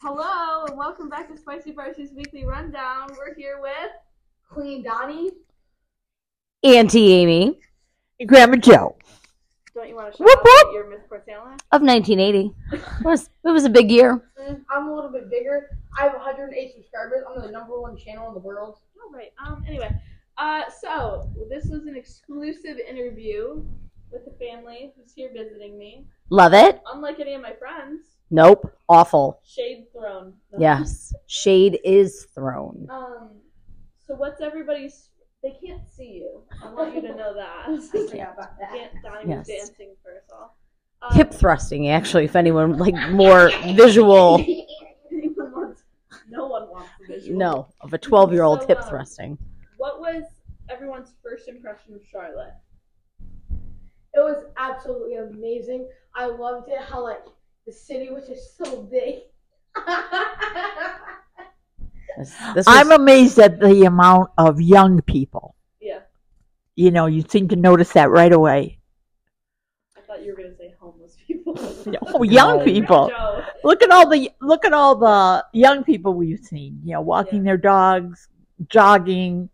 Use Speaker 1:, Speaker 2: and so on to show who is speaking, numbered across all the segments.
Speaker 1: Hello, and welcome back to Spicy Varsity Weekly Rundown. We're here with Queen Donnie.
Speaker 2: Auntie Amy, and Grandma Joe
Speaker 1: Don't you want to show
Speaker 2: Whoop,
Speaker 1: off
Speaker 2: whoop.
Speaker 1: that you're Miss Portana?
Speaker 2: of 1980. It was, it was a big year.
Speaker 3: I'm a little bit bigger. I have 108 subscribers. I'm the number one channel in the world.
Speaker 1: All right. Um. Anyway, uh, so this was an exclusive interview with a family who's here visiting me.
Speaker 2: Love it.
Speaker 1: Unlike any of my friends,
Speaker 2: Nope. Awful.
Speaker 1: shade thrown.
Speaker 2: Yes. Shade is thrown.
Speaker 1: Um. So what's everybody's? They can't see you. I want you to know that.
Speaker 3: forgot about
Speaker 1: Can't Donnie was
Speaker 2: Yes.
Speaker 1: dancing first off. Um,
Speaker 2: Hip thrusting, actually, if anyone like more visual
Speaker 1: anyone wants- Um, no one wants the visual.
Speaker 2: no of a 12 year old
Speaker 1: So,
Speaker 2: hip
Speaker 1: um,
Speaker 2: thrusting.
Speaker 1: What was everyone's first impression of Charlotte?
Speaker 3: It was absolutely amazing. I loved it. How like the city was just so big.
Speaker 2: This, this was-
Speaker 4: I'm amazed at the amount of young people.
Speaker 1: Yeah,
Speaker 4: You know, you seem to notice that right away.
Speaker 1: I thought you were gonna say homeless people.
Speaker 4: Oh, young
Speaker 2: No.
Speaker 4: people.
Speaker 1: Joe.
Speaker 4: Look at all the look at all the young people we've seen. You know, walking
Speaker 1: Yeah.
Speaker 4: their dogs, jogging.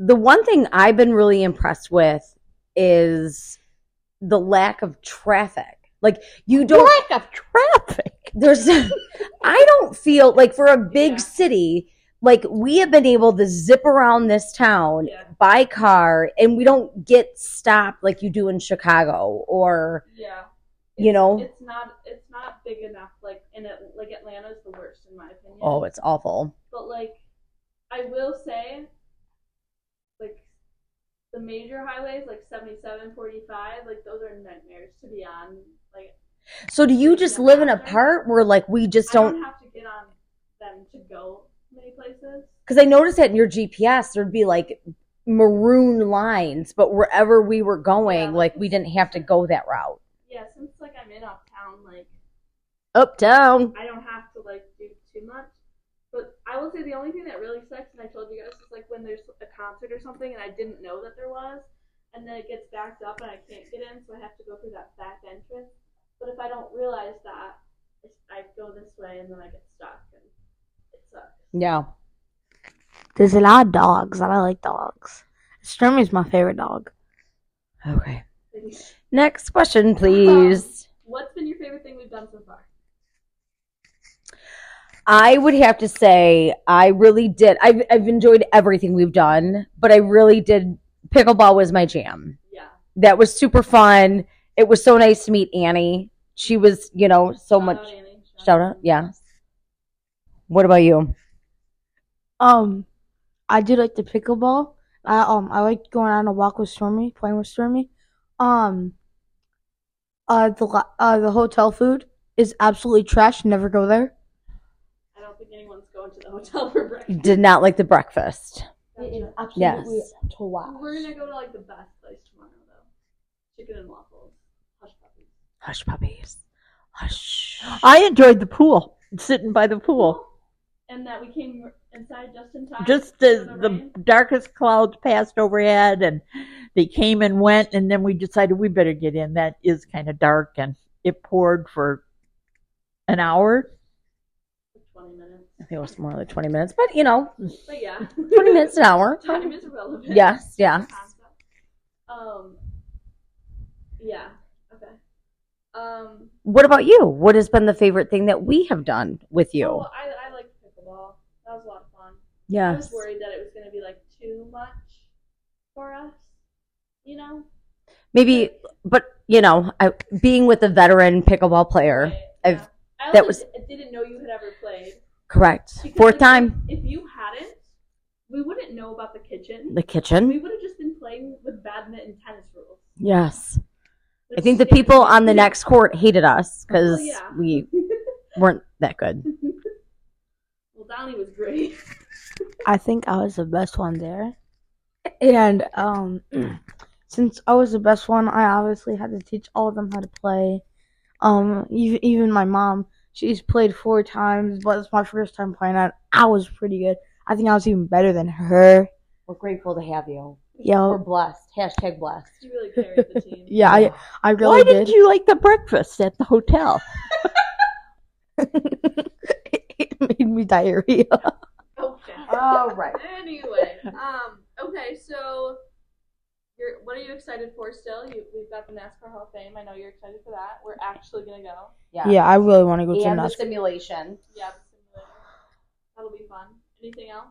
Speaker 2: the one thing I've been really impressed with is the lack of traffic. Like you don't
Speaker 4: Lack of traffic.
Speaker 2: there's I don't feel like for a big
Speaker 1: Yeah.
Speaker 2: city like we have been able to zip around this town
Speaker 1: Yeah.
Speaker 2: by car and we don't get stopped like you do in Chicago or
Speaker 1: Yeah.
Speaker 2: you know
Speaker 1: It's not it's not big enough. Like in it, like Atlanta's the worst in my opinion.
Speaker 2: oh it's awful.
Speaker 1: but like I will say, like the major highways like 77, 45, like those are nightmares to be on. Like
Speaker 2: So do you just live in a part where like we just
Speaker 1: I
Speaker 2: don't
Speaker 1: don't have to get on them to go many places.
Speaker 2: because I noticed that in your GPS there'd be like maroon lines, but wherever we were going,
Speaker 1: Yeah.
Speaker 2: like we didn't have to go that route.
Speaker 1: Yeah, since like I'm in uptown, like
Speaker 2: Up down.
Speaker 1: I don't have to like do too much. But I will say the only thing that really sucks, and I told you guys, is like when there's a concert or something, and I didn't know that there was, and then it gets backed up, and I can't get in, so I have to go through that back entrance. But if I don't realize that, it's- I go this way, and then I get stuck, and it sucks.
Speaker 2: Yeah.
Speaker 5: There's a lot of dogs, and I like dogs. Sturmy's my favorite dog.
Speaker 2: Okay. Next question,
Speaker 1: Uh-huh.
Speaker 2: please.
Speaker 1: What's been your favorite thing we've done so far?
Speaker 2: I would have to say I really did. I've, I've enjoyed everything we've done, but I really did. Pickleball was my jam.
Speaker 1: Yeah,
Speaker 2: That was super fun. It was so nice to meet Annie. She was, you know, so much. Shout out. Yeah. What about you?
Speaker 5: Um, I do like the pickleball. I um, I like going on a walk with Stormy, playing with Stormy. Um, uh, the lo- uh, the hotel food is absolutely trash. Never go there.
Speaker 1: I don't think anyone's going to the hotel for breakfast.
Speaker 2: Did not like the breakfast.
Speaker 5: It is absolutely
Speaker 2: Yes.
Speaker 5: trash.
Speaker 1: We're gonna go to like the best place tomorrow though. Chicken and waffles. Hush puppies.
Speaker 2: Hush puppies. Hush.
Speaker 4: I enjoyed the pool, sitting by the pool.
Speaker 1: And that we came inside just in time.
Speaker 4: Just
Speaker 1: for
Speaker 4: as
Speaker 1: the
Speaker 4: the
Speaker 1: rain.
Speaker 4: darkest clouds passed overhead and they came and went and then we decided we better get in. That is kind of dark and it poured for an hour.
Speaker 1: Twenty minutes.
Speaker 2: I think it was more like 20 minutes, but you know,
Speaker 1: But yeah.
Speaker 2: 20 minutes an hour.
Speaker 1: Time is relevant.
Speaker 2: Yes, yeah.
Speaker 1: Concept. Um. Yeah. Okay. Um.
Speaker 2: What about you? What has been the favorite thing that we have done with you?
Speaker 1: Oh, I I like pickleball. That was a lot of fun. I was
Speaker 2: yes.
Speaker 1: worried that it was gonna be like too much for us. You know.
Speaker 2: Maybe, but you know, I, being with a veteran pickleball player,
Speaker 1: Right,
Speaker 2: I've-
Speaker 1: yeah. I
Speaker 2: that
Speaker 1: also
Speaker 2: was-
Speaker 1: d- didn't know you had ever played.
Speaker 2: correct.
Speaker 1: Because
Speaker 2: Fourth
Speaker 1: if-
Speaker 2: time,
Speaker 1: If you hadn't, we wouldn't know about the kitchen.
Speaker 2: the
Speaker 1: we
Speaker 2: kitchen.
Speaker 1: would have just been playing with badminton tennis rules.
Speaker 2: Yes. I
Speaker 1: Which
Speaker 2: think the
Speaker 1: is-
Speaker 2: people on the next court hated us because
Speaker 1: Oh, yeah.
Speaker 2: we weren't that good.
Speaker 1: Well, Donnie was great.
Speaker 5: I think I was the best one there. And um since I was the best one, I obviously had to teach all of them how to play. Um even, even my mom, she's played four times, but it's my first time playing it. I was pretty good. I think I was even better than her.
Speaker 2: We're grateful to have you.
Speaker 5: Yo,
Speaker 2: blessed. Hashtag blessed.
Speaker 1: He really carried the team.
Speaker 5: yeah, I I really
Speaker 4: Why
Speaker 5: did.
Speaker 4: didn't you like the breakfast at the hotel?
Speaker 5: diarrhea.
Speaker 1: Okay.
Speaker 2: All right.
Speaker 1: Oh, Anyway, um, okay, so you're, what are you excited for still? You, we've got the NASCAR Hall of Fame. I know you're excited for that. We're actually gonna go.
Speaker 5: Yeah, I really want to go to
Speaker 2: and the
Speaker 5: NASCAR.
Speaker 2: simulation.
Speaker 1: Yeah, the simulator. That'll be fun. Anything else?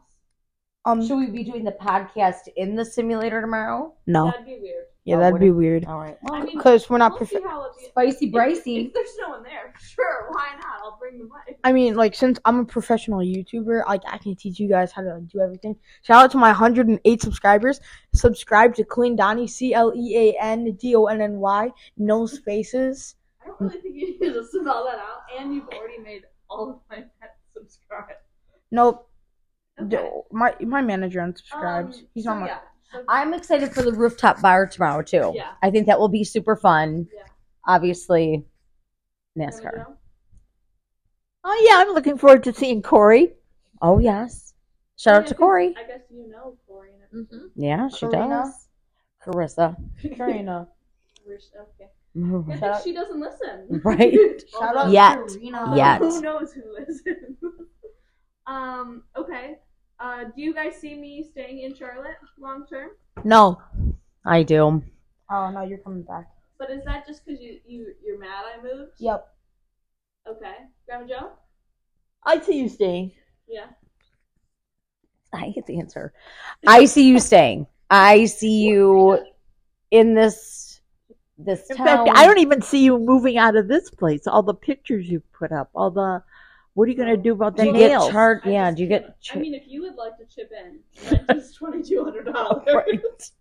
Speaker 5: Um,
Speaker 2: Should we be doing the podcast in the simulator tomorrow?
Speaker 5: no.
Speaker 1: That'd be weird.
Speaker 5: Yeah,
Speaker 2: Oh,
Speaker 5: that'd
Speaker 2: would
Speaker 5: be
Speaker 2: it-
Speaker 5: weird.
Speaker 2: All right.
Speaker 1: I
Speaker 2: Well,
Speaker 1: mean,
Speaker 5: Because we're not
Speaker 1: we'll
Speaker 5: prof-
Speaker 1: see how it.
Speaker 2: spicy
Speaker 1: If,
Speaker 2: bricey.
Speaker 1: if there's no one there, sure. Why not? I'll bring the mic.
Speaker 5: I mean, like, since I'm a professional YouTuber, like, I can teach you guys how to like, do everything. Shout out to my 108 subscribers. Subscribe to Clean Donny, C L E A N D O N N Y, no spaces.
Speaker 1: I don't really think you need to send all that out, and you've already made all of my pets subscribe.
Speaker 5: Nope.
Speaker 1: Okay.
Speaker 5: D- My my manager unsubscribes.
Speaker 1: Um,
Speaker 5: He's
Speaker 1: so
Speaker 5: not my.
Speaker 1: yeah. So-
Speaker 2: I'm excited for the rooftop bar tomorrow too.
Speaker 1: Yeah.
Speaker 2: I think that will be super fun.
Speaker 1: Yeah.
Speaker 2: Obviously,
Speaker 1: Can we
Speaker 2: NASCAR.
Speaker 1: go?
Speaker 4: Oh yeah, I'm looking forward to seeing Corey.
Speaker 2: Oh yes. Shout
Speaker 1: Yeah,
Speaker 2: out to
Speaker 1: 'cause
Speaker 2: Corey. Mm,
Speaker 1: I guess you know Corey and everything.
Speaker 2: Yeah, she
Speaker 5: Karina.
Speaker 2: does. Carissa.
Speaker 5: Karina.
Speaker 1: We're s- Okay.
Speaker 2: Mhm.
Speaker 1: Good
Speaker 5: Shout
Speaker 1: that
Speaker 5: out-
Speaker 1: she doesn't listen.
Speaker 2: Right.
Speaker 5: Shout out
Speaker 2: Yet.
Speaker 5: Karina.
Speaker 2: Yet.
Speaker 1: Who knows who listens? um. Okay. Uh, do you guys see me staying in Charlotte long term?
Speaker 2: No, I do.
Speaker 5: Oh no, you're coming back.
Speaker 1: But is that just because you you you're mad I moved?
Speaker 5: Yep.
Speaker 1: Okay. Grandma Joe.
Speaker 4: I see you staying.
Speaker 1: Yeah.
Speaker 2: I hate the answer. I see you staying. I see you in this this
Speaker 4: In
Speaker 2: town.
Speaker 4: fact, I don't even see you moving out of this place. All the pictures you put up, all the what are you going to do about
Speaker 2: Do
Speaker 4: the
Speaker 2: you
Speaker 4: nails?
Speaker 2: get charged?
Speaker 1: I
Speaker 2: Yeah.
Speaker 1: just
Speaker 2: Do you
Speaker 1: can't-
Speaker 2: get?
Speaker 1: I
Speaker 2: Char-
Speaker 1: mean, if you would like to chip in, rent is twenty two hundred dollars.
Speaker 2: Right.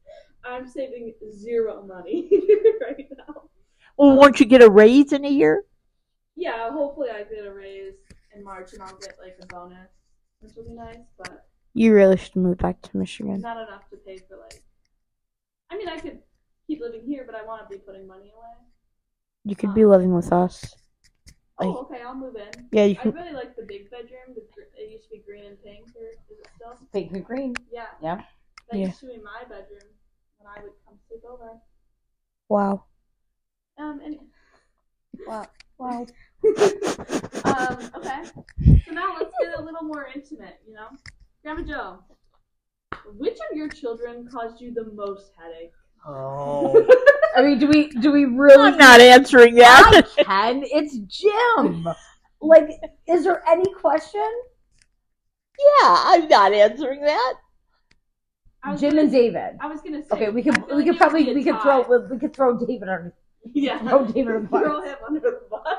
Speaker 1: I'm saving zero money right now.
Speaker 4: well, won't you get a raise in a year?
Speaker 1: Yeah, hopefully I get a raise in March and I'll get like a bonus, which will be nice, but
Speaker 5: You really should move back to Michigan.
Speaker 1: not enough to pay for like. I mean, I could keep living here, but I want to be putting money away.
Speaker 5: You could
Speaker 1: Uh-huh.
Speaker 5: be living with us.
Speaker 1: Oh, okay, I'll move in.
Speaker 5: Yeah, you
Speaker 1: I
Speaker 5: can.
Speaker 1: really like the big bedroom. The, gr- it used to be green and pink, or is it still?
Speaker 2: Pink and green.
Speaker 1: Yeah.
Speaker 2: Yeah.
Speaker 1: That
Speaker 5: Yeah.
Speaker 1: used to be my bedroom when I would come sleep over.
Speaker 5: Wow.
Speaker 1: Um, and,
Speaker 2: Wow. Wow.
Speaker 1: um, okay. So now let's get a little more intimate, you know? Grandma Joe, which of your children caused you the most headache?
Speaker 4: Oh,
Speaker 2: I mean, do we do we
Speaker 4: I'm
Speaker 2: really?
Speaker 4: not answering
Speaker 2: I
Speaker 4: that.
Speaker 2: can. It's Jim. Like, is there any question?
Speaker 4: yeah, I'm not answering that.
Speaker 1: I was
Speaker 2: Jim
Speaker 1: gonna
Speaker 2: and David.
Speaker 1: I was gonna say.
Speaker 2: Okay, we
Speaker 1: I
Speaker 2: could
Speaker 1: feel
Speaker 2: we
Speaker 1: like
Speaker 2: could
Speaker 1: it
Speaker 2: probably
Speaker 1: would be
Speaker 2: we
Speaker 1: a
Speaker 2: could throw
Speaker 1: tie.
Speaker 2: we, we could throw David on.
Speaker 1: yeah
Speaker 2: throw David under the bus.
Speaker 1: Throw him under the bus.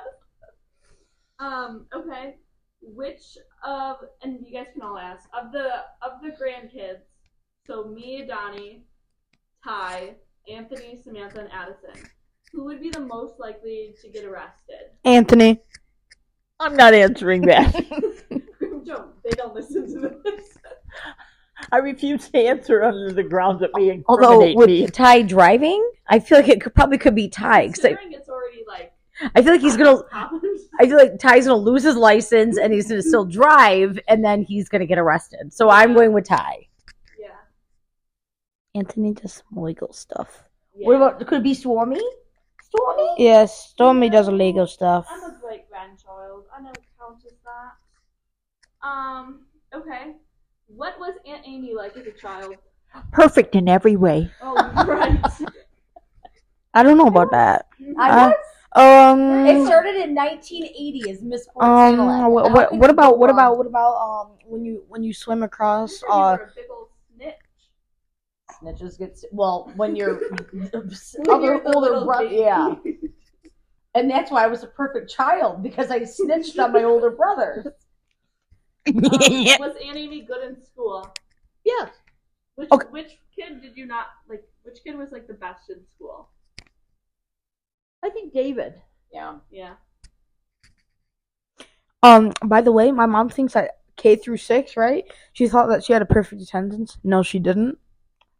Speaker 1: Um. Okay. Which of and you guys can all ask of the of the grandkids. So me, Donnie, Ty, Anthony, Samantha, and Addison. Who would be the most likely to get arrested?
Speaker 5: Anthony.
Speaker 4: I'm not answering that.
Speaker 1: Joe, they don't listen to this.
Speaker 4: I refuse to answer under the grounds that may
Speaker 2: Although
Speaker 4: incriminate me.
Speaker 2: with Ty driving, I feel like it could, probably could be Ty because I, Oh.
Speaker 1: Considering it's already like
Speaker 2: I feel like he's gonna.
Speaker 1: happened.
Speaker 2: I feel like Ty's gonna lose his license and he's gonna still drive and then he's gonna get arrested. So I'm going with Ty.
Speaker 1: Yeah.
Speaker 5: Anthony does some legal stuff.
Speaker 1: yeah.
Speaker 2: What about could it be Stormy? Stormy?
Speaker 5: Yes, Stormy does illegal stuff.
Speaker 1: I'm a great grandchild. I know it counts as that. Um, okay. What was Aunt Amy like as a child?
Speaker 4: Perfect in every way.
Speaker 1: Oh, right.
Speaker 5: I don't know about that.
Speaker 2: I it
Speaker 5: Um,
Speaker 2: started in 1980 as Miss Sports
Speaker 5: um,
Speaker 2: Analyst.
Speaker 5: what,
Speaker 2: I
Speaker 5: what,
Speaker 2: think
Speaker 5: what
Speaker 2: it's
Speaker 5: about what
Speaker 2: wrong.
Speaker 5: about what about um when you when you swim
Speaker 1: I'm
Speaker 5: across
Speaker 1: sure you
Speaker 5: uh
Speaker 1: were a big old snitch.
Speaker 2: snitches get well when you're
Speaker 1: When
Speaker 2: other
Speaker 1: you're the
Speaker 2: older
Speaker 1: little
Speaker 2: brother?
Speaker 1: baby.
Speaker 2: Yeah, and that's why I was a perfect child because I snitched on my older Uh, brother.
Speaker 1: Um, was Aunt Amy good in school?
Speaker 4: Yes.
Speaker 1: Which
Speaker 5: Okay.
Speaker 1: which kid did you not like? Which kid was like the best in school?
Speaker 4: I think David.
Speaker 2: Yeah,
Speaker 1: Yeah.
Speaker 5: um by the way my mom thinks that K through 6, right? She thought that she had a perfect attendance. No, she didn't.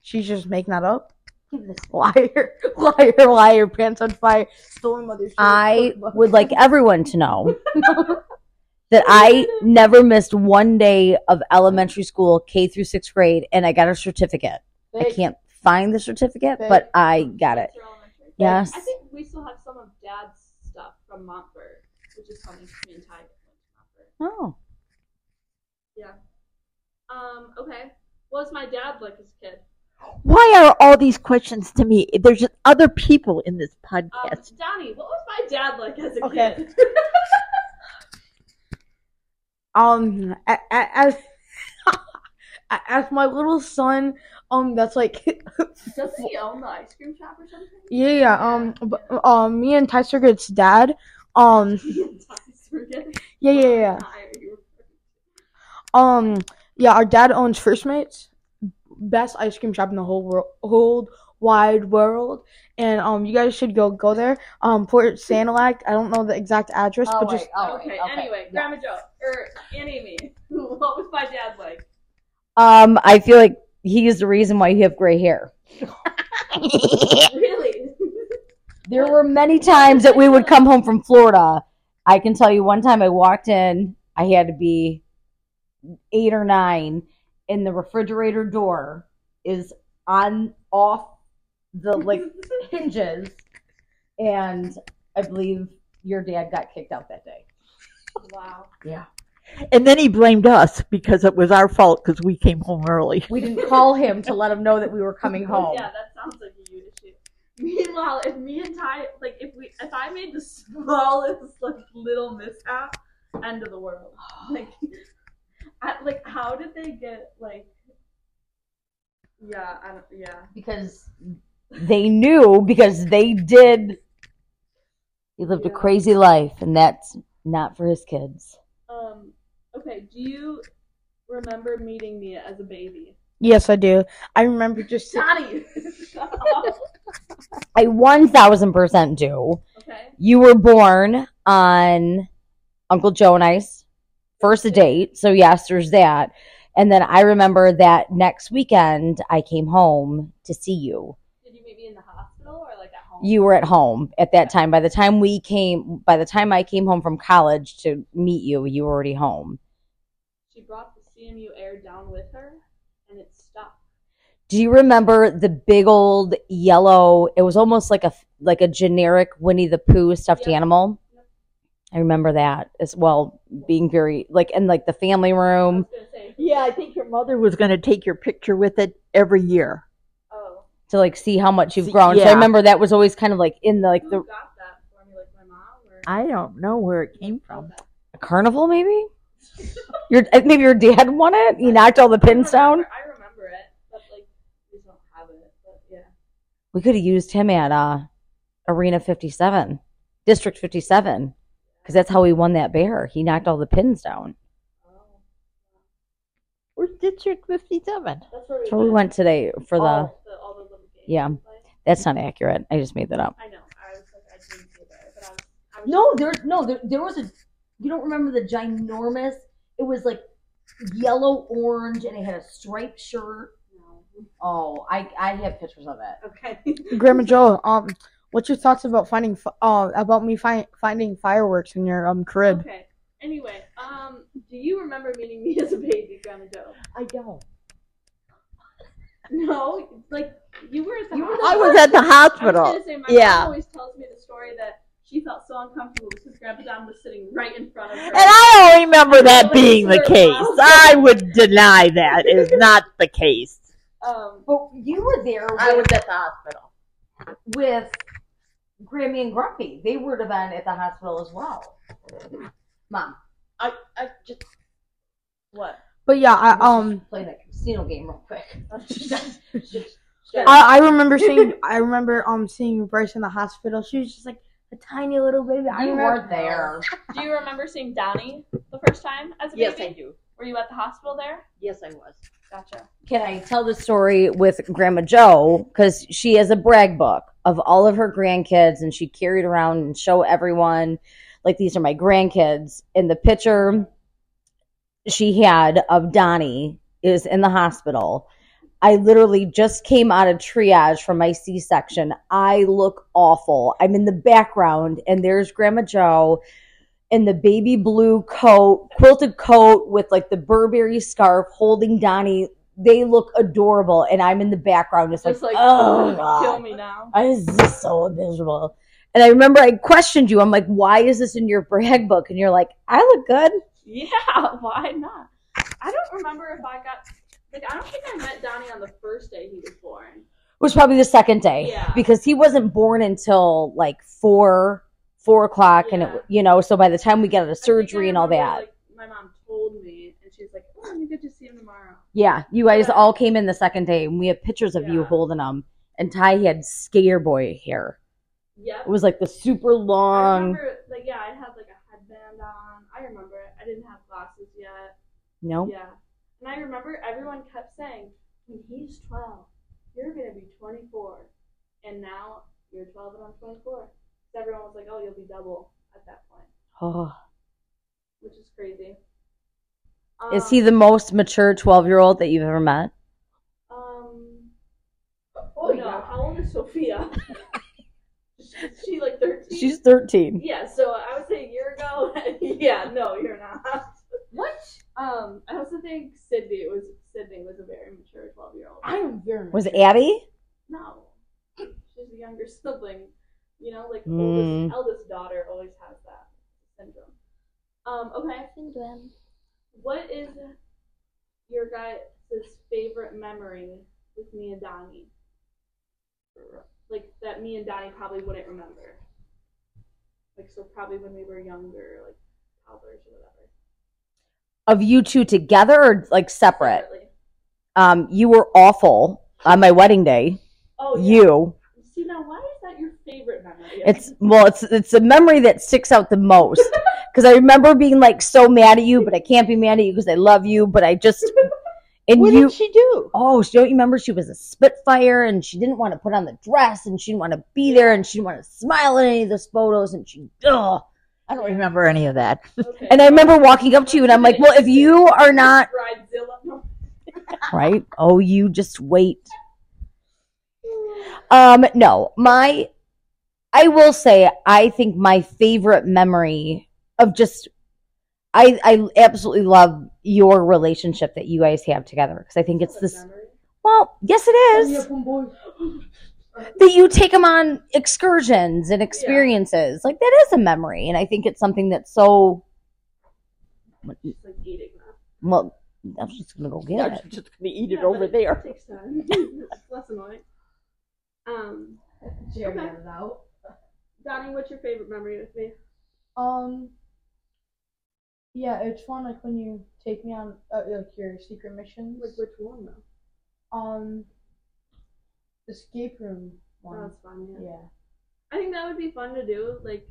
Speaker 5: She's just making that up. Liar, liar, liar, pants on fire, stolen mother's shirt.
Speaker 2: I would like everyone to know that I never missed one day of elementary school, K through sixth grade, and I got a certificate. I can't find the certificate, but I got it.
Speaker 1: That's your elementary.
Speaker 2: Yes.
Speaker 1: I think we still have some of Dad's stuff from Montford, which is funny. Me and Ty went to Montford.
Speaker 2: Oh,
Speaker 1: Um, okay. What's my dad like as a kid?
Speaker 4: Why are all these questions to me? There's just other people in this
Speaker 1: Um,
Speaker 4: podcast.
Speaker 1: Donnie, what was my dad like as a
Speaker 5: Okay.
Speaker 1: kid?
Speaker 5: Um, a- a- as a- as my little son, um, that's like,
Speaker 1: Doesn't he own the ice cream shop or something?
Speaker 5: yeah, yeah. Um, but, um, me and Tyster gets dad. Um, yeah, yeah, yeah. Um, yeah. Our dad owns First Mates, best ice cream shop in the whole world, whole wide world. And um, you guys should go go there. Um, Port Sanilac. I don't know the exact address,
Speaker 4: Oh,
Speaker 5: but just
Speaker 1: Oh, okay, anyway, Grandma Joe, or Aunt Amy, what was my dad like?
Speaker 2: Um, I feel like he is the reason why you have gray hair.
Speaker 1: really?
Speaker 2: There were many times that we would come home from Florida. I can tell you one time I walked in, I had to be eight or nine, and the refrigerator door is on off the like hinges, and I believe your dad got kicked out that day.
Speaker 1: wow.
Speaker 4: And then he blamed us because it was our fault because we came home early.
Speaker 2: We didn't call him to let him know that we were coming home.
Speaker 1: Oh, Yeah, that sounds like a you issue. Meanwhile, if me and Ty, like, if we, if I made the smallest, like, little mishap, end of the world. Like, I, like, how did they get, like, yeah, I don't, yeah.
Speaker 2: because they knew because they did. He lived a
Speaker 1: Yeah.
Speaker 2: crazy life, and that's not for his kids.
Speaker 1: Um, okay, do you remember meeting me as a baby?
Speaker 5: yes, I do. I remember just
Speaker 1: Johnny! Shut up.
Speaker 2: I one thousand percent do.
Speaker 1: Okay.
Speaker 2: You were born on Uncle Joe and I's first date, so yes, there's that. And then I remember that next weekend I came home to see you.
Speaker 1: Did you meet me in the hospital or, like, at home?
Speaker 2: you were at home at that time. By the time we came, by the time I came home from college to meet you, you were already home.
Speaker 1: She brought the CMU air down with her, and it stuck.
Speaker 2: Do you remember the big old yellow? It was almost like a like a generic Winnie the Pooh stuffed
Speaker 1: Yeah.
Speaker 2: animal.
Speaker 1: Yeah.
Speaker 2: I remember that as well, being very like in like the family
Speaker 1: I was
Speaker 2: room
Speaker 1: gonna say,
Speaker 4: Yeah, I think your mother was going to take your picture with it every year.
Speaker 1: oh,
Speaker 2: to like see how much you've
Speaker 4: See-
Speaker 2: grown. So I
Speaker 4: yeah.
Speaker 2: remember that was always kind of like in the, like
Speaker 1: who
Speaker 2: the
Speaker 1: got that for me? Like my mom or
Speaker 4: I don't know where it came from.
Speaker 1: Okay.
Speaker 2: carnival maybe. Your eh, maybe your dad won it. He knocked all the pins
Speaker 1: I
Speaker 2: down.
Speaker 1: remember, I remember it, but like we don't have it. But yeah,
Speaker 2: We could have used him at uh, Arena 57, District 57, because that's how he won that bear. He knocked all the pins down.
Speaker 1: oh,
Speaker 4: Where's District
Speaker 1: that's
Speaker 4: 57?
Speaker 1: where we,
Speaker 2: That's where we went today for the.
Speaker 1: All the, all the little games.
Speaker 2: Yeah.
Speaker 1: we played.
Speaker 2: That's not accurate. I just made that up.
Speaker 1: I know. I was like, I didn't do that, but I was. I was
Speaker 2: No, there, no, there, there was a. You don't remember the ginormous? It was like yellow, orange, and it had a striped shirt.
Speaker 1: No.
Speaker 2: Oh, I, I have pictures of it.
Speaker 1: Okay.
Speaker 5: Grandma Joe. Um, what's your thoughts about finding fi- uh about me fi- finding fireworks in your um crib?
Speaker 1: okay. Anyway, um, do you remember meeting me as a baby, Grandma Joe?
Speaker 4: I don't.
Speaker 1: No, like you were at the.
Speaker 2: You were
Speaker 1: hospital.
Speaker 4: I was at the
Speaker 1: I was
Speaker 4: hospital.
Speaker 1: gonna say, my
Speaker 4: Yeah.
Speaker 1: mom always tells me the story that she felt so uncomfortable because Grandpa Don was sitting right in front of her.
Speaker 4: And I don't remember that
Speaker 1: Like,
Speaker 4: being the
Speaker 1: sure.
Speaker 4: case. I would deny that is not the case.
Speaker 1: um,
Speaker 2: But you were there. With,
Speaker 4: at the hospital.
Speaker 2: with Grammy and Grumpy. They would have been at the hospital as well. Mom,
Speaker 4: I, I just.
Speaker 1: what?
Speaker 5: But yeah, I
Speaker 2: let's
Speaker 5: um.
Speaker 2: just play that casino game real quick.
Speaker 5: I, I remember seeing I remember um seeing Bryce in the hospital. She was just like a tiny little baby. I
Speaker 2: you
Speaker 5: remember
Speaker 2: weren't there.
Speaker 1: Do you remember seeing Donnie the first time as a baby?
Speaker 4: do.
Speaker 1: Were you at the hospital there?
Speaker 4: Yes, I was.
Speaker 1: Gotcha.
Speaker 2: Can I tell the story with Grandma Joe? Because she has a brag book of all of her grandkids, and she carried around and show everyone, like these are my grandkids. And the picture she had of Donnie is in the hospital. I literally just came out of triage from my C section. I look awful. I'm in the background, and there's Grandma Joe in the baby blue coat, quilted coat with like the Burberry scarf holding Donnie. They look adorable, and I'm in the background just,
Speaker 1: Just
Speaker 2: like,
Speaker 1: like,
Speaker 2: oh,
Speaker 1: kill
Speaker 2: God.
Speaker 1: me now.
Speaker 2: I was just so miserable. And I remember I questioned you. I'm like, why is this in your brag book? And you're like, I look good.
Speaker 1: Yeah, why not? I first day he was born.
Speaker 2: was probably the second day
Speaker 1: Yeah.
Speaker 2: because he wasn't born until like four four o'clock and it
Speaker 1: Yeah.
Speaker 2: you know so by the time we got out of
Speaker 1: I think I
Speaker 2: surgery and all
Speaker 1: remember,
Speaker 2: that
Speaker 1: Like, my mom told me, and she's like, "Oh, you get to see him tomorrow."
Speaker 2: yeah you guys
Speaker 1: Yeah.
Speaker 2: all came in the second day and we have pictures of you
Speaker 1: Yeah.
Speaker 2: holding them and ty had skater boy hair
Speaker 1: Yep.
Speaker 2: it was like the super
Speaker 1: I
Speaker 2: long
Speaker 1: remember, like, yeah, I had like a headband on. I remember it. I didn't have glasses yet.
Speaker 2: no
Speaker 1: Yeah, and I remember everyone kept saying, "When he's twelve, you're gonna be 24," and now you're 12 and I'm 24. So everyone was like, "Oh, you'll be double at that point,"
Speaker 2: Oh.
Speaker 1: which is crazy.
Speaker 2: is he the most mature 12 year old that you've ever met
Speaker 1: Um.
Speaker 3: Oh
Speaker 1: no,
Speaker 3: yeah.
Speaker 1: how old is Sophia? Is she like 13.
Speaker 2: she's 13
Speaker 1: Yeah, so I would say a year ago. yeah, no, you're not.
Speaker 3: What?
Speaker 1: Um, I also think Sydney was Sydney was a very mature twelve year old.
Speaker 3: I am very.
Speaker 2: was
Speaker 3: mature.
Speaker 2: addie
Speaker 1: No, she's a younger sibling. You know, like
Speaker 2: Mm.
Speaker 1: oldest, eldest daughter always has that syndrome. Um, okay, what is your guys' favorite memory with me and Donnie? Like that me and Donnie probably wouldn't remember. Like so, probably when we were younger, like toddlers or whatever.
Speaker 2: of you two together or like separate
Speaker 1: Separately.
Speaker 2: um you were awful on my wedding day
Speaker 1: Oh, yeah.
Speaker 2: you
Speaker 1: See now, why is that your favorite memory?
Speaker 2: It's well, it's it's a memory that sticks out the most because I remember being like so mad at you, but I can't be mad at you because I love you. But I just and
Speaker 4: What
Speaker 2: you.
Speaker 4: did she do?
Speaker 2: Oh, she, don't you remember she was a spitfire and she didn't want to put on the dress and she didn't want to be there and she didn't want to smile at any of those photos and she ugh.
Speaker 4: I don't remember any of that.
Speaker 1: Okay.
Speaker 2: And I remember walking up to you and I'm like, well, if you are not
Speaker 1: Bridezilla.
Speaker 2: right? Oh, you just wait. Um, no, my, I will say, I think my favorite memory of just, I, I absolutely love your relationship that you guys have together because I think it's this.
Speaker 1: Memory.
Speaker 2: Well, yes, it
Speaker 3: Oh, yeah,
Speaker 2: is
Speaker 3: from boy.
Speaker 2: that you take them on excursions and experiences. Like that is a memory, and I think it's something that's so.
Speaker 1: Just like eating that.
Speaker 2: Well, I'm just gonna go get
Speaker 4: I'm
Speaker 2: it.
Speaker 4: just gonna eat
Speaker 1: Yeah,
Speaker 4: it
Speaker 1: but
Speaker 4: over there.
Speaker 1: Takes time. It's less annoying. Um,
Speaker 3: Jerry
Speaker 1: Okay.
Speaker 3: had it out.
Speaker 1: Donnie, what's your favorite memory with me?
Speaker 3: Um. Yeah, it's fun. Like when you take me on uh, like your secret missions.
Speaker 1: Like which one though?
Speaker 3: um. Escape room
Speaker 1: Oh,
Speaker 3: one.
Speaker 1: that's fun. Yeah.
Speaker 3: Yeah.
Speaker 1: I think that would be fun to do. Like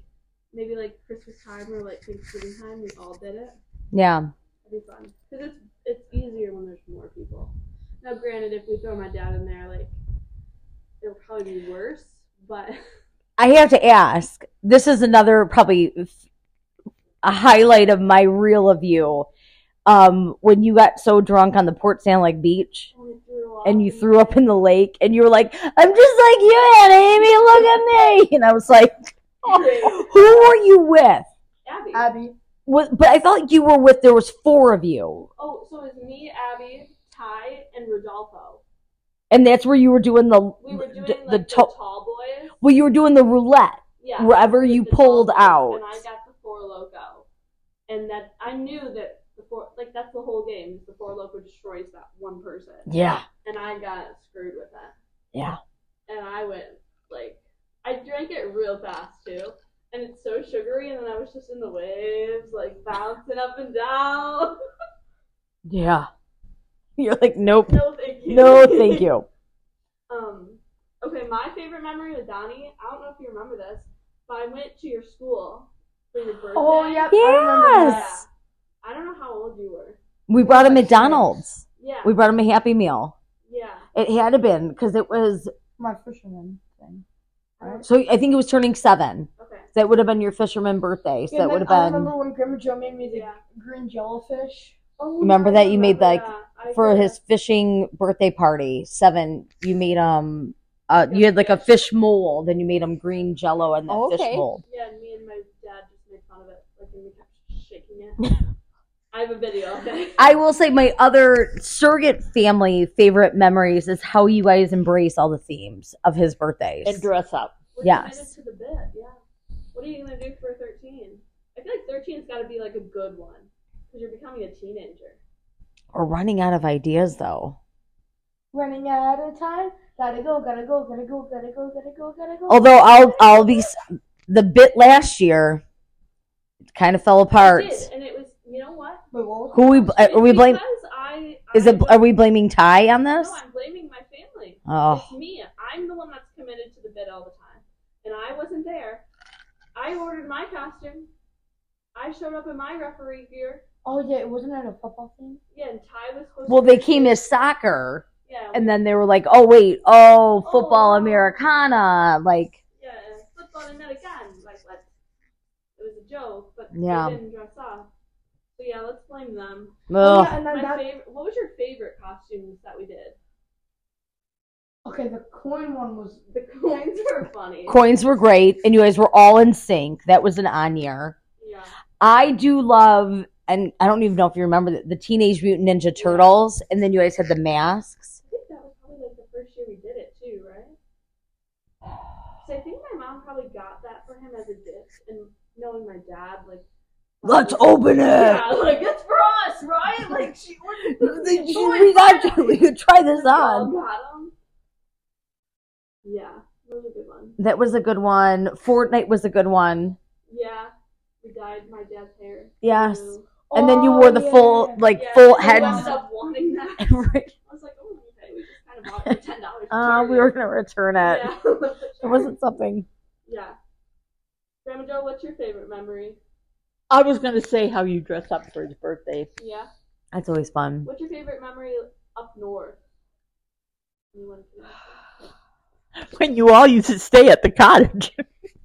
Speaker 1: maybe like Christmas time or like Thanksgiving time. We all did it.
Speaker 2: Yeah,
Speaker 1: That'd be fun because it's it's easier when there's more people. Now, granted, if we throw my dad in there, like it'll probably be worse. But
Speaker 2: I have to ask. This is another probably f- a highlight of my reel of you. Um, when you got so drunk on the Port Sand Lake beach
Speaker 1: we threw up
Speaker 2: and you
Speaker 1: in
Speaker 2: threw up
Speaker 1: there.
Speaker 2: in the lake and you were like, I'm just like you, Aunt Amy, look at me. And I was like, who were you with?
Speaker 1: Abby.
Speaker 3: Abby.
Speaker 2: Was, but I thought you were with, there was four of you.
Speaker 1: Oh, so it was me, Abby, Ty, and Rodolfo.
Speaker 2: And that's where you were doing the,
Speaker 1: We were doing
Speaker 2: the,
Speaker 1: like
Speaker 2: the
Speaker 1: the,
Speaker 2: to-
Speaker 1: tall boys.
Speaker 2: well, you were doing the roulette.
Speaker 1: Yeah.
Speaker 2: Wherever
Speaker 1: with
Speaker 2: you
Speaker 1: the tall
Speaker 2: pulled
Speaker 1: boys,
Speaker 2: out.
Speaker 1: And I got the four loco. And that I knew that the four like that's the whole game. The four loco destroys that one person.
Speaker 2: Yeah.
Speaker 1: And I got screwed with that.
Speaker 2: Yeah.
Speaker 1: And I went like I drank it real fast too. And it's so sugary and then I was just in the waves, like bouncing up and down.
Speaker 2: Yeah. You're like, nope.
Speaker 1: No thank you.
Speaker 2: No, thank you.
Speaker 1: Um, okay, my favorite memory with Donnie, I don't know if you remember this, but I went to your school for your birthday.
Speaker 3: Oh yeah. I remember that.
Speaker 2: Yes.
Speaker 1: I don't know how old you were.
Speaker 2: We brought him McDonald's.
Speaker 1: Yeah.
Speaker 2: We brought him a Happy Meal.
Speaker 1: yeah.
Speaker 2: It had to been because it was
Speaker 3: My fisherman thing.
Speaker 1: Alright.
Speaker 2: so. I think it was turning seven.
Speaker 1: Okay.
Speaker 2: That would have been your fisherman birthday. So
Speaker 3: Yeah,
Speaker 2: that would
Speaker 3: then
Speaker 2: have
Speaker 3: I
Speaker 2: been
Speaker 3: remember when Grandma Joe made me the
Speaker 1: Yeah.
Speaker 3: green jellyfish.
Speaker 1: Oh,
Speaker 2: Remember
Speaker 1: yeah, I
Speaker 2: that you made,
Speaker 1: remember
Speaker 2: like,
Speaker 1: that. I
Speaker 2: for
Speaker 1: did.
Speaker 2: his fishing birthday party. Seven. You made um. Uh, you had like a fish mold, and you made him green jello and that
Speaker 4: Oh,
Speaker 2: fish
Speaker 4: okay.
Speaker 2: mold.
Speaker 1: Yeah, me and my dad just made fun of it. Like, and we kept shaking it. I have a video. Okay.
Speaker 2: I will say my other surrogate family favorite memories is how you guys embrace all the themes of his birthdays.
Speaker 4: And dress up.
Speaker 1: We're
Speaker 2: Yes.
Speaker 1: committed to the bit, yeah. What are you gonna do for 13? I feel like 13's got to be like a good one because you're becoming a teenager.
Speaker 2: We're running out of ideas though.
Speaker 3: running out of time. Gotta go, gotta go, gotta go, gotta go, gotta go, gotta go.
Speaker 2: Although I'll I'll be s- the bit last year kind of fell apart.
Speaker 1: It did, and it was you know what?
Speaker 2: Who we bl- are we blaming?
Speaker 1: Because I,
Speaker 2: Is
Speaker 1: I
Speaker 2: it are we blaming Ty on this?
Speaker 1: No, I'm blaming my family.
Speaker 2: Oh,
Speaker 1: It's me. I'm the one that's committed to the bid all the time. And I wasn't there. I ordered my costume. I showed up in my referee gear.
Speaker 3: Oh yeah, it wasn't at a football thing.
Speaker 1: Yeah, and Ty was supposed
Speaker 2: well,
Speaker 1: to
Speaker 2: they
Speaker 1: be-
Speaker 2: came as soccer,
Speaker 1: Yeah,
Speaker 2: and then they were like, "Oh wait, oh football Americana." Like,
Speaker 1: yeah, and football and not again. Like, let It was a joke, but
Speaker 2: Yeah.
Speaker 1: they didn't dress up. So yeah, let's blame them.
Speaker 3: Oh,
Speaker 2: ugh.
Speaker 3: yeah, and then
Speaker 1: My
Speaker 3: that.
Speaker 1: favorite. What was your favorite costumes that we did?
Speaker 3: Okay, the coin one was.
Speaker 1: The coins were funny.
Speaker 2: coins were great, and you guys were all in sync. That was an on year.
Speaker 1: Yeah.
Speaker 2: I do love, and I don't even know if you remember the, the Teenage Mutant Ninja Turtles, and then you guys had the masks.
Speaker 1: I think that was probably like the first year we did it too, right? So I think my mom probably got that for him as a gift, and knowing my dad, like,
Speaker 2: Let's open it.
Speaker 1: yeah, like it's for us, right? Like she wouldn't.
Speaker 2: we got to we could try this on.
Speaker 1: Got him. Yeah, that was a good one.
Speaker 2: That was a good one. Fortnite was a good one.
Speaker 1: Yeah, we dyed my dad's hair.
Speaker 2: Yes.
Speaker 1: blue.
Speaker 2: And then you wore the
Speaker 3: Oh,
Speaker 2: full,
Speaker 3: yeah.
Speaker 2: like
Speaker 1: Yeah,
Speaker 2: full
Speaker 1: I
Speaker 2: head.
Speaker 1: ended up wanting that. I
Speaker 2: Right.
Speaker 1: was like, oh, okay, we just kind of bought it for ten dollars.
Speaker 2: Uh, we were gonna return it.
Speaker 1: Yeah.
Speaker 2: It wasn't something.
Speaker 1: Yeah. Grandma Joe, what's your favorite memory?
Speaker 4: I was going to say how you dress up for his birthday.
Speaker 1: Yeah.
Speaker 2: That's always fun.
Speaker 1: What's your favorite memory up north? Anyone can answer.
Speaker 4: When you all used to stay at the cottage.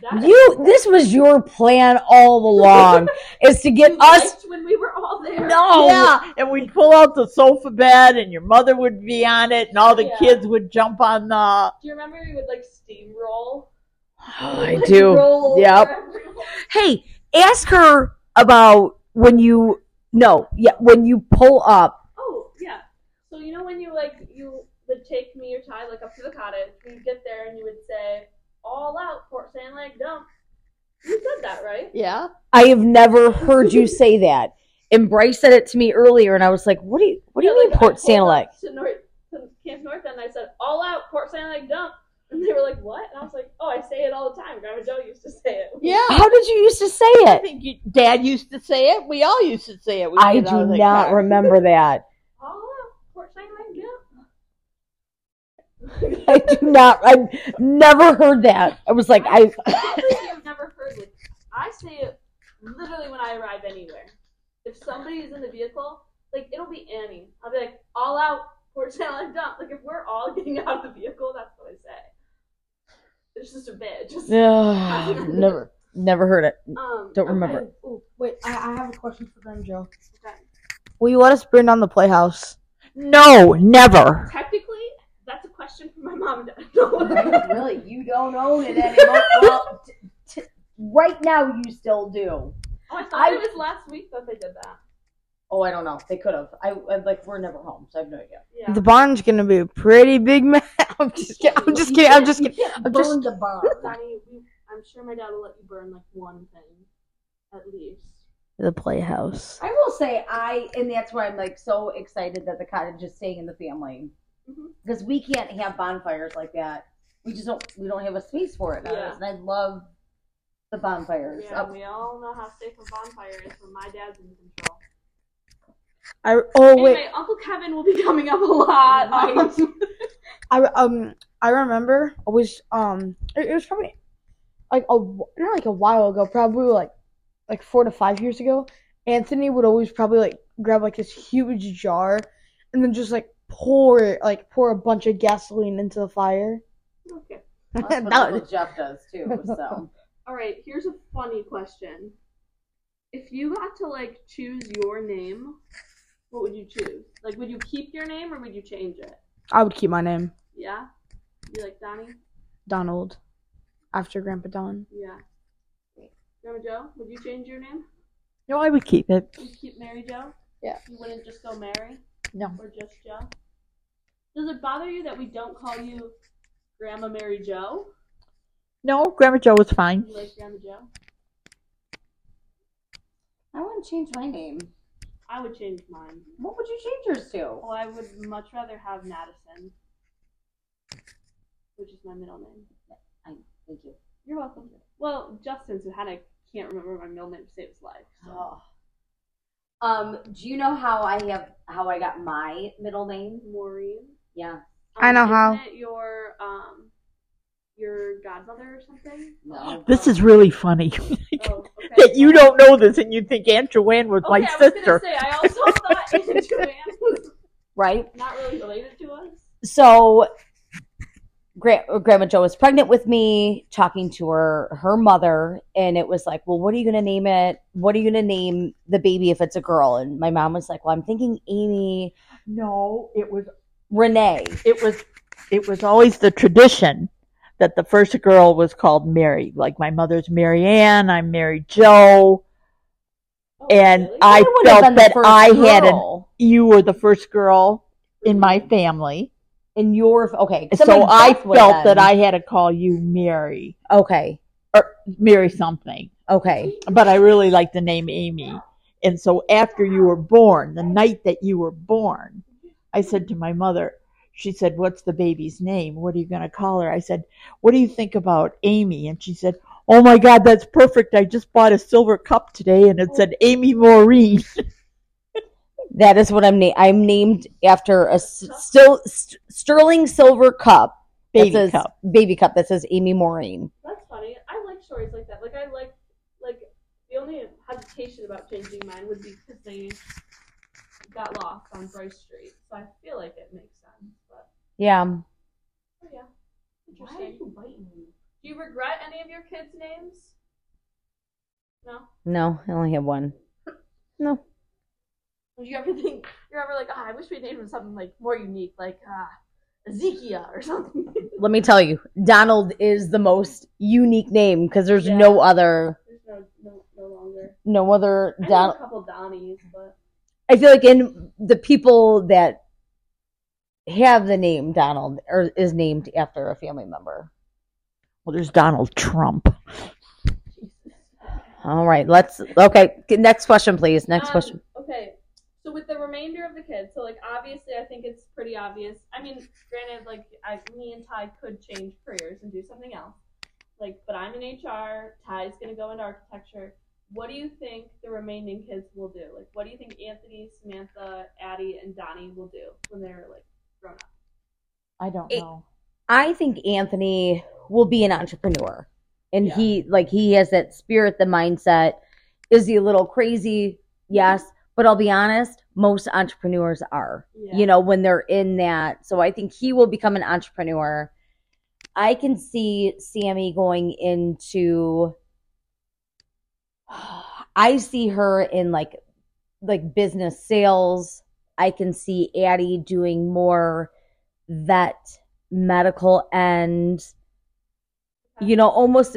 Speaker 1: That-
Speaker 2: You. This was your plan all along, is to get
Speaker 1: you
Speaker 2: us.
Speaker 1: liked when we were all there.
Speaker 4: Oh.
Speaker 2: No.
Speaker 4: Yeah, and we'd pull out the sofa bed, and your mother would be on it, and all the
Speaker 1: Yeah.
Speaker 4: kids would jump on the.
Speaker 1: Do you remember we would like steamroll?
Speaker 2: I
Speaker 1: Like,
Speaker 2: do.
Speaker 1: Roll
Speaker 2: Yep.
Speaker 1: over everyone.
Speaker 2: Hey, ask her about when you. No, yeah, when you pull up.
Speaker 1: Oh yeah. So you know when you like you would take me or Ty like up to the cottage, we'd get there and you would say, "All out Port Sand Lake dump." You said that right?
Speaker 4: Yeah.
Speaker 2: I have never heard you say that. And Bryce said it to me earlier, and I was like, "What do you? What do you
Speaker 1: Yeah,
Speaker 2: mean,
Speaker 1: like, I
Speaker 2: Port
Speaker 1: pulled up
Speaker 2: Sanilac?"
Speaker 1: To North, to Camp North, and I said, "All out Port Sanilac dump," and they were like, "What?" And I was like, "Oh, I say it all the time. Grandma Joe used to say it."
Speaker 4: Yeah.
Speaker 2: How did you used to say
Speaker 4: I
Speaker 2: it?
Speaker 4: think you, Dad used to say it. We all used to say it. We'd
Speaker 2: I
Speaker 4: get out
Speaker 2: do
Speaker 4: of the
Speaker 2: not
Speaker 4: car.
Speaker 2: remember that.
Speaker 1: All out Port Sanilac dump.
Speaker 2: I do not. I've never heard that. I was like, I.
Speaker 1: Probably you've never heard it. I say it literally when I arrive anywhere. If somebody is in the vehicle, like it'll be Annie. I'll be like, "All out Port Sanilac dump." Like if we're all getting out of the vehicle, that's what I say. It's just a bit. Just
Speaker 2: Ugh, never, never heard it.
Speaker 1: um.
Speaker 2: Don't remember. it.
Speaker 3: Ooh, wait, I, I have a question for Graham Joe.
Speaker 1: okay.
Speaker 5: Will you let us burn down the playhouse?
Speaker 4: No, never.
Speaker 1: Technically, that's a question for my mom and dad.
Speaker 2: really, you don't own it anymore. Well, t- t- right now, you still do.
Speaker 1: Oh, I thought
Speaker 2: I-
Speaker 1: it was last week that they did that.
Speaker 2: Oh, I don't know. They could have. I, I like. We're never home, so I have no idea.
Speaker 1: Yeah.
Speaker 5: The barn's gonna be a pretty big mess. I'm just kidding. I'm just kidding. I'm just kidding. I'm just.
Speaker 2: the bar.
Speaker 1: Daddy, we- I'm sure my dad will let you burn like one thing, at least.
Speaker 5: The playhouse.
Speaker 2: I will say I, and that's why I'm like so excited that the cottage is staying in the family
Speaker 1: Mhm.
Speaker 2: because we can't have bonfires like that. We just don't. We don't have a space for it.
Speaker 1: Yeah.
Speaker 2: And I love the bonfires. Oh,
Speaker 1: Yeah,
Speaker 2: Up-
Speaker 1: we all know how safe a bonfire is when my dad's in control.
Speaker 5: I oh wait.
Speaker 1: Anyway, Uncle Kevin will be coming up a lot. Um,
Speaker 5: I re- um I remember I was um it, it was probably like a wh- not like a while ago probably like like four to five years ago Anthony would always probably like grab like this huge jar and then just like pour it like pour a bunch of gasoline into the fire.
Speaker 1: okay.
Speaker 2: Well, that's what
Speaker 5: That
Speaker 2: Uncle
Speaker 5: was-
Speaker 2: Jeff does too. So
Speaker 1: All right, here's a funny question. If you got to like choose your name, what would you choose? Like, would you keep your name or would you change it?
Speaker 5: I would keep my name
Speaker 1: Yeah. You like Donnie?
Speaker 5: Donald after Grandpa Don.
Speaker 1: Yeah. Grandma Joe, would you change your name?
Speaker 4: No, I would keep it.
Speaker 1: You keep Mary Joe?
Speaker 5: Yeah.
Speaker 1: You wouldn't just go Mary
Speaker 4: No.
Speaker 1: or just Joe? Does it bother you that we don't call you Grandma Mary Joe?
Speaker 4: No, Grandma Joe was fine.
Speaker 1: You like Grandma Joe?
Speaker 2: I want to change my name.
Speaker 1: I would change mine.
Speaker 6: What would you change yours to?
Speaker 1: Oh, I would much rather have Madison, which is my middle name.
Speaker 6: Thank you.
Speaker 1: You're welcome. Well, Justin Suhanic can't remember my middle name to save his life. So.
Speaker 6: Oh. Um, do you know how I have how I got my middle name?
Speaker 1: Maureen.
Speaker 6: Yeah.
Speaker 5: I know
Speaker 1: Um, isn't
Speaker 5: how.
Speaker 1: It your um, your godmother or something.
Speaker 6: No.
Speaker 4: This is really funny that
Speaker 1: Oh, okay.
Speaker 4: you don't know this and you think Aunt Joanne was
Speaker 1: Okay,
Speaker 4: my
Speaker 1: I was
Speaker 4: sister.
Speaker 1: gonna say I also thought Aunt Joanne was
Speaker 2: right?
Speaker 1: not really related to us.
Speaker 2: so Gra- uh, grandma joe was pregnant with me talking to her her mother and it was like well what are you going to name it what are you going to name the baby if it's a girl and my mom was like well i'm thinking amy
Speaker 4: No, it was
Speaker 2: renee
Speaker 4: it was it was always the tradition that the first girl was called Mary. Like my mother's Mary Ann, I'm Mary Joe,
Speaker 1: Oh,
Speaker 4: and
Speaker 1: really?
Speaker 4: I
Speaker 2: would have been
Speaker 4: felt
Speaker 2: the
Speaker 4: that
Speaker 2: first
Speaker 4: I had an
Speaker 2: girl
Speaker 4: you were the first girl in my family.
Speaker 2: in your okay
Speaker 4: so
Speaker 2: somebody
Speaker 4: I
Speaker 2: both would have
Speaker 4: felt that I
Speaker 2: been.
Speaker 4: had to call you Mary,
Speaker 2: okay
Speaker 4: Mary something.
Speaker 2: okay
Speaker 4: But I really like the name Amy. And so after you were born, the night that you were born, I said to my mother, she said, What's the baby's name? What are you going to call her? I said, What do you think about Amy? And she said, Oh my God, that's perfect. I just bought a silver cup today and it said Amy Maureen.
Speaker 2: that is what i'm named i'm named after a s- still st- sterling silver cup that
Speaker 4: Baby
Speaker 2: says-
Speaker 4: cup.
Speaker 2: baby cup that says amy maureen
Speaker 1: That's funny. I like stories like that. Like I like like the only hesitation about changing mine would be because they got lost on Bryce Street. So I feel like it makes sense. But
Speaker 2: yeah
Speaker 1: oh yeah, interesting. Do you regret any of your kids' names? No.
Speaker 2: no i only have one
Speaker 1: Would you ever think you're ever like, ah, I wish we named him something like more unique, like ah, Ezekiel or something?
Speaker 2: let me tell you, Donald is the most unique name because there's
Speaker 1: Yeah.
Speaker 2: no other,
Speaker 1: There's no no no longer.
Speaker 2: no other
Speaker 1: I know a
Speaker 2: Donald.
Speaker 1: couple Donnies, but
Speaker 2: I feel like in the people that have the name Donald or is named after a family member.
Speaker 4: Well, there's Donald Trump.
Speaker 2: All right, let's okay. g- Next question, please. Next
Speaker 1: Um,
Speaker 2: question.
Speaker 1: Okay. So with the remainder of the kids, so like obviously I think it's pretty obvious. I mean, granted, like I, me and Ty could change careers and do something else. Like, but I'm in HR. Ty's gonna go into architecture. What do you think the remaining kids will do? Like, what do you think Anthony, Samantha, Addie, and Donnie will do when they're like grown up?
Speaker 4: I don't
Speaker 2: It-
Speaker 4: know.
Speaker 2: I think Anthony will be an entrepreneur. And
Speaker 4: Yeah.
Speaker 2: he like he has that spirit, the mindset. Is he a little crazy? Yes. But I'll be honest, most entrepreneurs are.
Speaker 1: Yeah.
Speaker 2: You know, when they're in that. So I think he will become an entrepreneur. I can see Sammy going into I see her in like like business sales. I can see Addie doing more vet medical end. You know, almost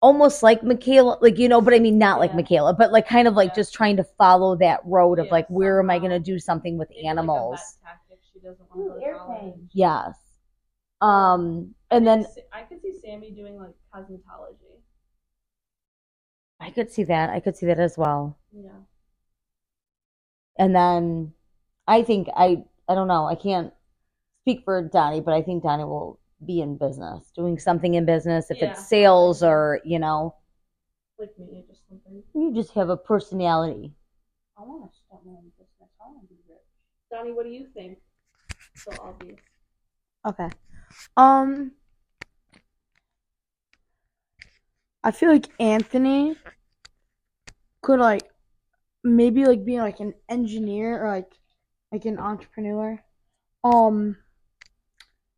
Speaker 2: almost like Michaela, like you know, but I mean not like
Speaker 1: Yeah.
Speaker 2: Michaela, but like kind of like
Speaker 1: Yeah.
Speaker 2: just trying to follow that road of
Speaker 1: Yeah,
Speaker 2: like where am I
Speaker 1: somehow.
Speaker 2: going to do something with
Speaker 1: Maybe, like, a
Speaker 2: animals?
Speaker 1: vet tactic. She doesn't want to go
Speaker 6: Ooh,
Speaker 1: to college.
Speaker 6: airplane.
Speaker 2: yes. Um and
Speaker 1: I
Speaker 2: then
Speaker 1: could see- I could see Sammy doing like cosmetology.
Speaker 2: I could see that. I could see that as well.
Speaker 1: Yeah.
Speaker 2: And then I think I I don't know, I can't speak for Donnie, but I think Donnie will be in business, doing something in business, if
Speaker 1: Yeah.
Speaker 2: it's sales or, you know,
Speaker 1: Like me, or just something.
Speaker 2: you just have a personality.
Speaker 6: I want to start my own business. I want to be rich.
Speaker 1: Donnie, what do you think? So obvious.
Speaker 5: Okay. Um, I feel like Anthony could like maybe like be like an engineer or like like an entrepreneur. Um,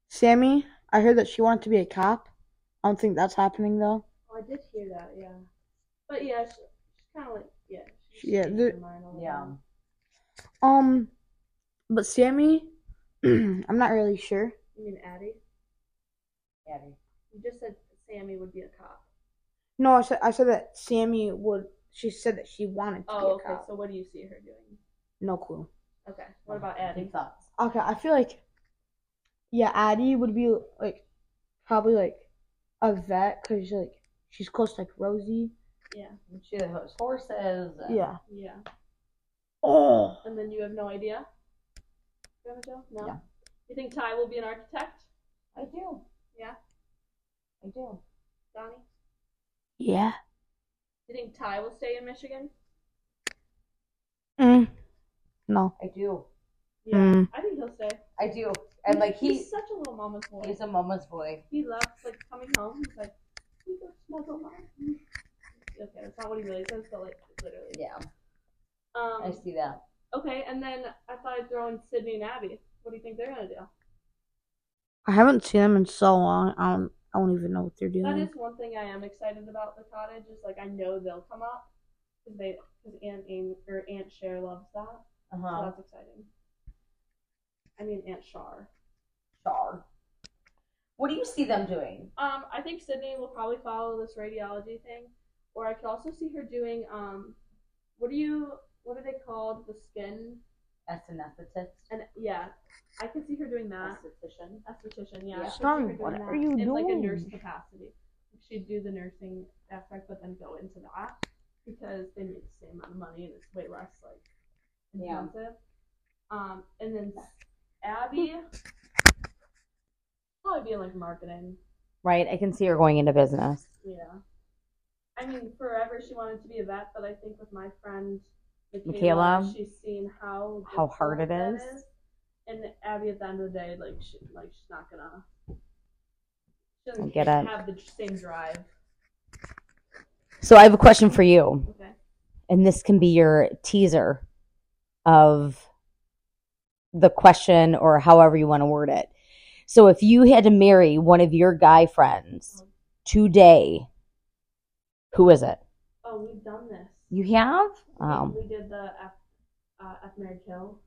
Speaker 5: Sammy, I heard that she wanted to be a cop. I don't think that's happening though.
Speaker 1: Oh, I did hear that, yeah. But yeah, she, she's kind of like, yeah. She's
Speaker 5: Yeah,
Speaker 1: changed
Speaker 5: the-
Speaker 1: her mind a little
Speaker 6: Yeah.
Speaker 1: bit.
Speaker 5: Um, but Sammy, I'm not really sure.
Speaker 1: You mean Addie?
Speaker 6: Addie.
Speaker 1: You just said Sammy would be a cop.
Speaker 5: No, I said I said that Sammy would. She said that she wanted to
Speaker 1: Oh,
Speaker 5: be a
Speaker 1: okay.
Speaker 5: cop.
Speaker 1: So what do you see her doing?
Speaker 5: No clue.
Speaker 1: Okay. What about Addie?
Speaker 6: Any thoughts?
Speaker 5: Okay, I feel like yeah, Addie would be like probably like a vet because like she's close to like Rosie
Speaker 1: Yeah.
Speaker 6: She has horses. and-
Speaker 4: Yeah.
Speaker 1: Yeah.
Speaker 4: Oh.
Speaker 1: And then you have no idea? Grandma Jo? No.
Speaker 6: No.
Speaker 1: You think Ty will be an architect?
Speaker 6: I do.
Speaker 1: Yeah.
Speaker 6: I do.
Speaker 1: Donnie?
Speaker 5: Yeah.
Speaker 1: You think Ty will stay in Michigan?
Speaker 5: Mm. No.
Speaker 6: I do.
Speaker 1: Yeah.
Speaker 5: Mm.
Speaker 1: I think he'll stay.
Speaker 6: I do. And like he,
Speaker 1: he's such a little mama's boy.
Speaker 6: he's a mama's boy.
Speaker 1: he loves like coming home. He's like, "Can we go snuggle, mom." Okay, that's not what he really says, but like literally.
Speaker 6: Yeah, I
Speaker 1: Um.
Speaker 6: see that.
Speaker 1: Okay, and then I thought I'd throw in Sydney and Abby. What do you think they're gonna do?
Speaker 5: I haven't seen them in so long. I don't. I don't even know what they're
Speaker 1: That
Speaker 5: doing.
Speaker 1: is one thing I am excited about the cottage. Is like I know they'll come up because they because Aunt Amy or Aunt Cher loves that.
Speaker 6: Uh
Speaker 1: So
Speaker 6: huh.
Speaker 1: that's exciting. Oh. I mean Aunt Char.
Speaker 6: Char. What do you see them doing?
Speaker 1: Um, I think Sydney will probably follow this radiology thing, or I could also see her doing um, what do you what are they called? The skin
Speaker 6: As an esthetist,
Speaker 1: and yeah, I could see her doing that.
Speaker 6: esthetician.
Speaker 1: Esthetician, yeah. I
Speaker 6: Yeah.
Speaker 1: could see her
Speaker 5: Stormy,
Speaker 1: doing
Speaker 5: what
Speaker 1: that
Speaker 5: are you
Speaker 1: in like a
Speaker 5: doing?
Speaker 1: nurse capacity. She'd do the nursing aspect, but then go into that because they make the same amount of money and it's way less like
Speaker 6: Yeah.
Speaker 1: intensive. Um, and then Abby probably be in, like marketing.
Speaker 2: Right? I can see her going into business.
Speaker 1: Yeah. I mean, forever she wanted to be a vet, but I think with my friend Michaela,
Speaker 2: Michaela?
Speaker 1: she's seen how
Speaker 2: How hard it
Speaker 1: difficult that
Speaker 2: is?
Speaker 1: And Abby, at the end of the day, like she, like she's not gonna. She
Speaker 2: I
Speaker 1: doesn't
Speaker 2: get it.
Speaker 1: have the same drive.
Speaker 2: So I have a question for you,
Speaker 1: Okay.
Speaker 2: and this can be your teaser of the question or however you want to word it. So if you had to marry one of your guy friends today, who is it?
Speaker 1: Oh, we've done this.
Speaker 2: You have?
Speaker 1: We-
Speaker 2: Um,
Speaker 1: We did the F, uh, F Mary Kill.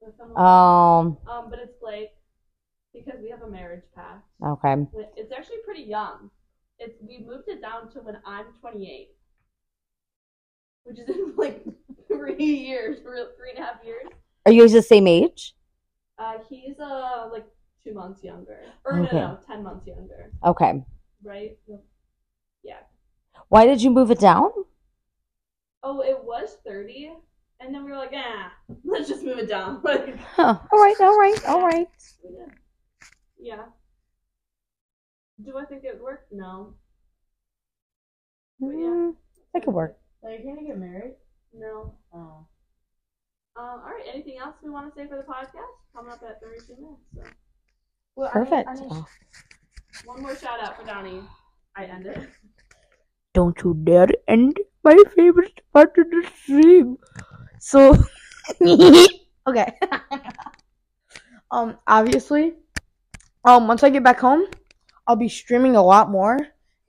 Speaker 1: with someone.
Speaker 2: um
Speaker 1: Um, but it's Blake because we have a marriage pact.
Speaker 2: okay.
Speaker 1: When- It's actually pretty young. It's we moved it down to when I'm 28, which is in like three years, re- three and a half years.
Speaker 2: Are you guys the same age?
Speaker 1: Uh, he's uh like two months younger, or no,
Speaker 2: Okay.
Speaker 1: no, ten months younger,
Speaker 2: Okay.
Speaker 1: right?
Speaker 2: Why did you move it down?
Speaker 1: Oh, it was 30, and then we were like, ah, let's just move it down. Like,
Speaker 2: Huh. All right, all right, all right.
Speaker 1: we did. yeah. Do I think it would work? No. But yeah,
Speaker 2: Mm, that could work.
Speaker 6: Are you gonna get married?
Speaker 1: no.
Speaker 6: Oh.
Speaker 1: Um, all right. Anything else we want to say for the podcast? Coming up at 32 minutes. So.
Speaker 6: Well, I need-
Speaker 2: Perfect.
Speaker 6: I need-
Speaker 2: Oh,
Speaker 1: One more shout out for Donnie. I end it.
Speaker 5: Don't you dare end my favorite part of the stream. So, okay. um, obviously, um, once I get back home, I'll be streaming a lot more.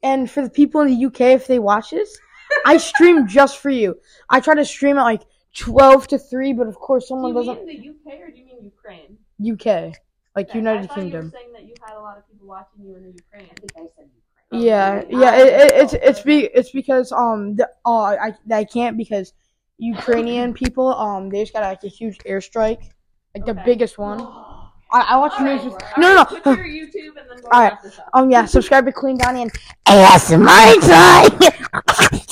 Speaker 5: And for the people in the UK, if they watch this, I stream just for you. I try to stream at like twelve to three, but of course,
Speaker 1: Do you
Speaker 5: someone doesn't.
Speaker 1: mean the UK or do you mean Ukraine?
Speaker 5: UK, like
Speaker 1: Okay, I
Speaker 5: United
Speaker 1: thought You were
Speaker 5: Kingdom.
Speaker 1: saying that you had a lot of people watching you in the Ukraine.
Speaker 6: I think I
Speaker 1: oh,
Speaker 6: said Ukraine.
Speaker 5: Yeah,
Speaker 6: Okay.
Speaker 5: yeah.
Speaker 6: I
Speaker 5: It, it,
Speaker 6: don't
Speaker 5: it's
Speaker 6: know.
Speaker 5: it's be it's because um the, uh I I can't because Ukrainian people um they just got like a huge airstrike, like the
Speaker 1: Okay.
Speaker 5: biggest one. I, I watch the
Speaker 1: All
Speaker 5: news.
Speaker 1: right,
Speaker 5: with-
Speaker 1: all
Speaker 5: no,
Speaker 1: right,
Speaker 5: no, Um,
Speaker 1: Put
Speaker 5: no.
Speaker 1: your YouTube and then we'll
Speaker 5: All right.
Speaker 1: wrap this up.
Speaker 5: Um, yeah. Subscribe to Queen Donnie and
Speaker 2: ASMR time.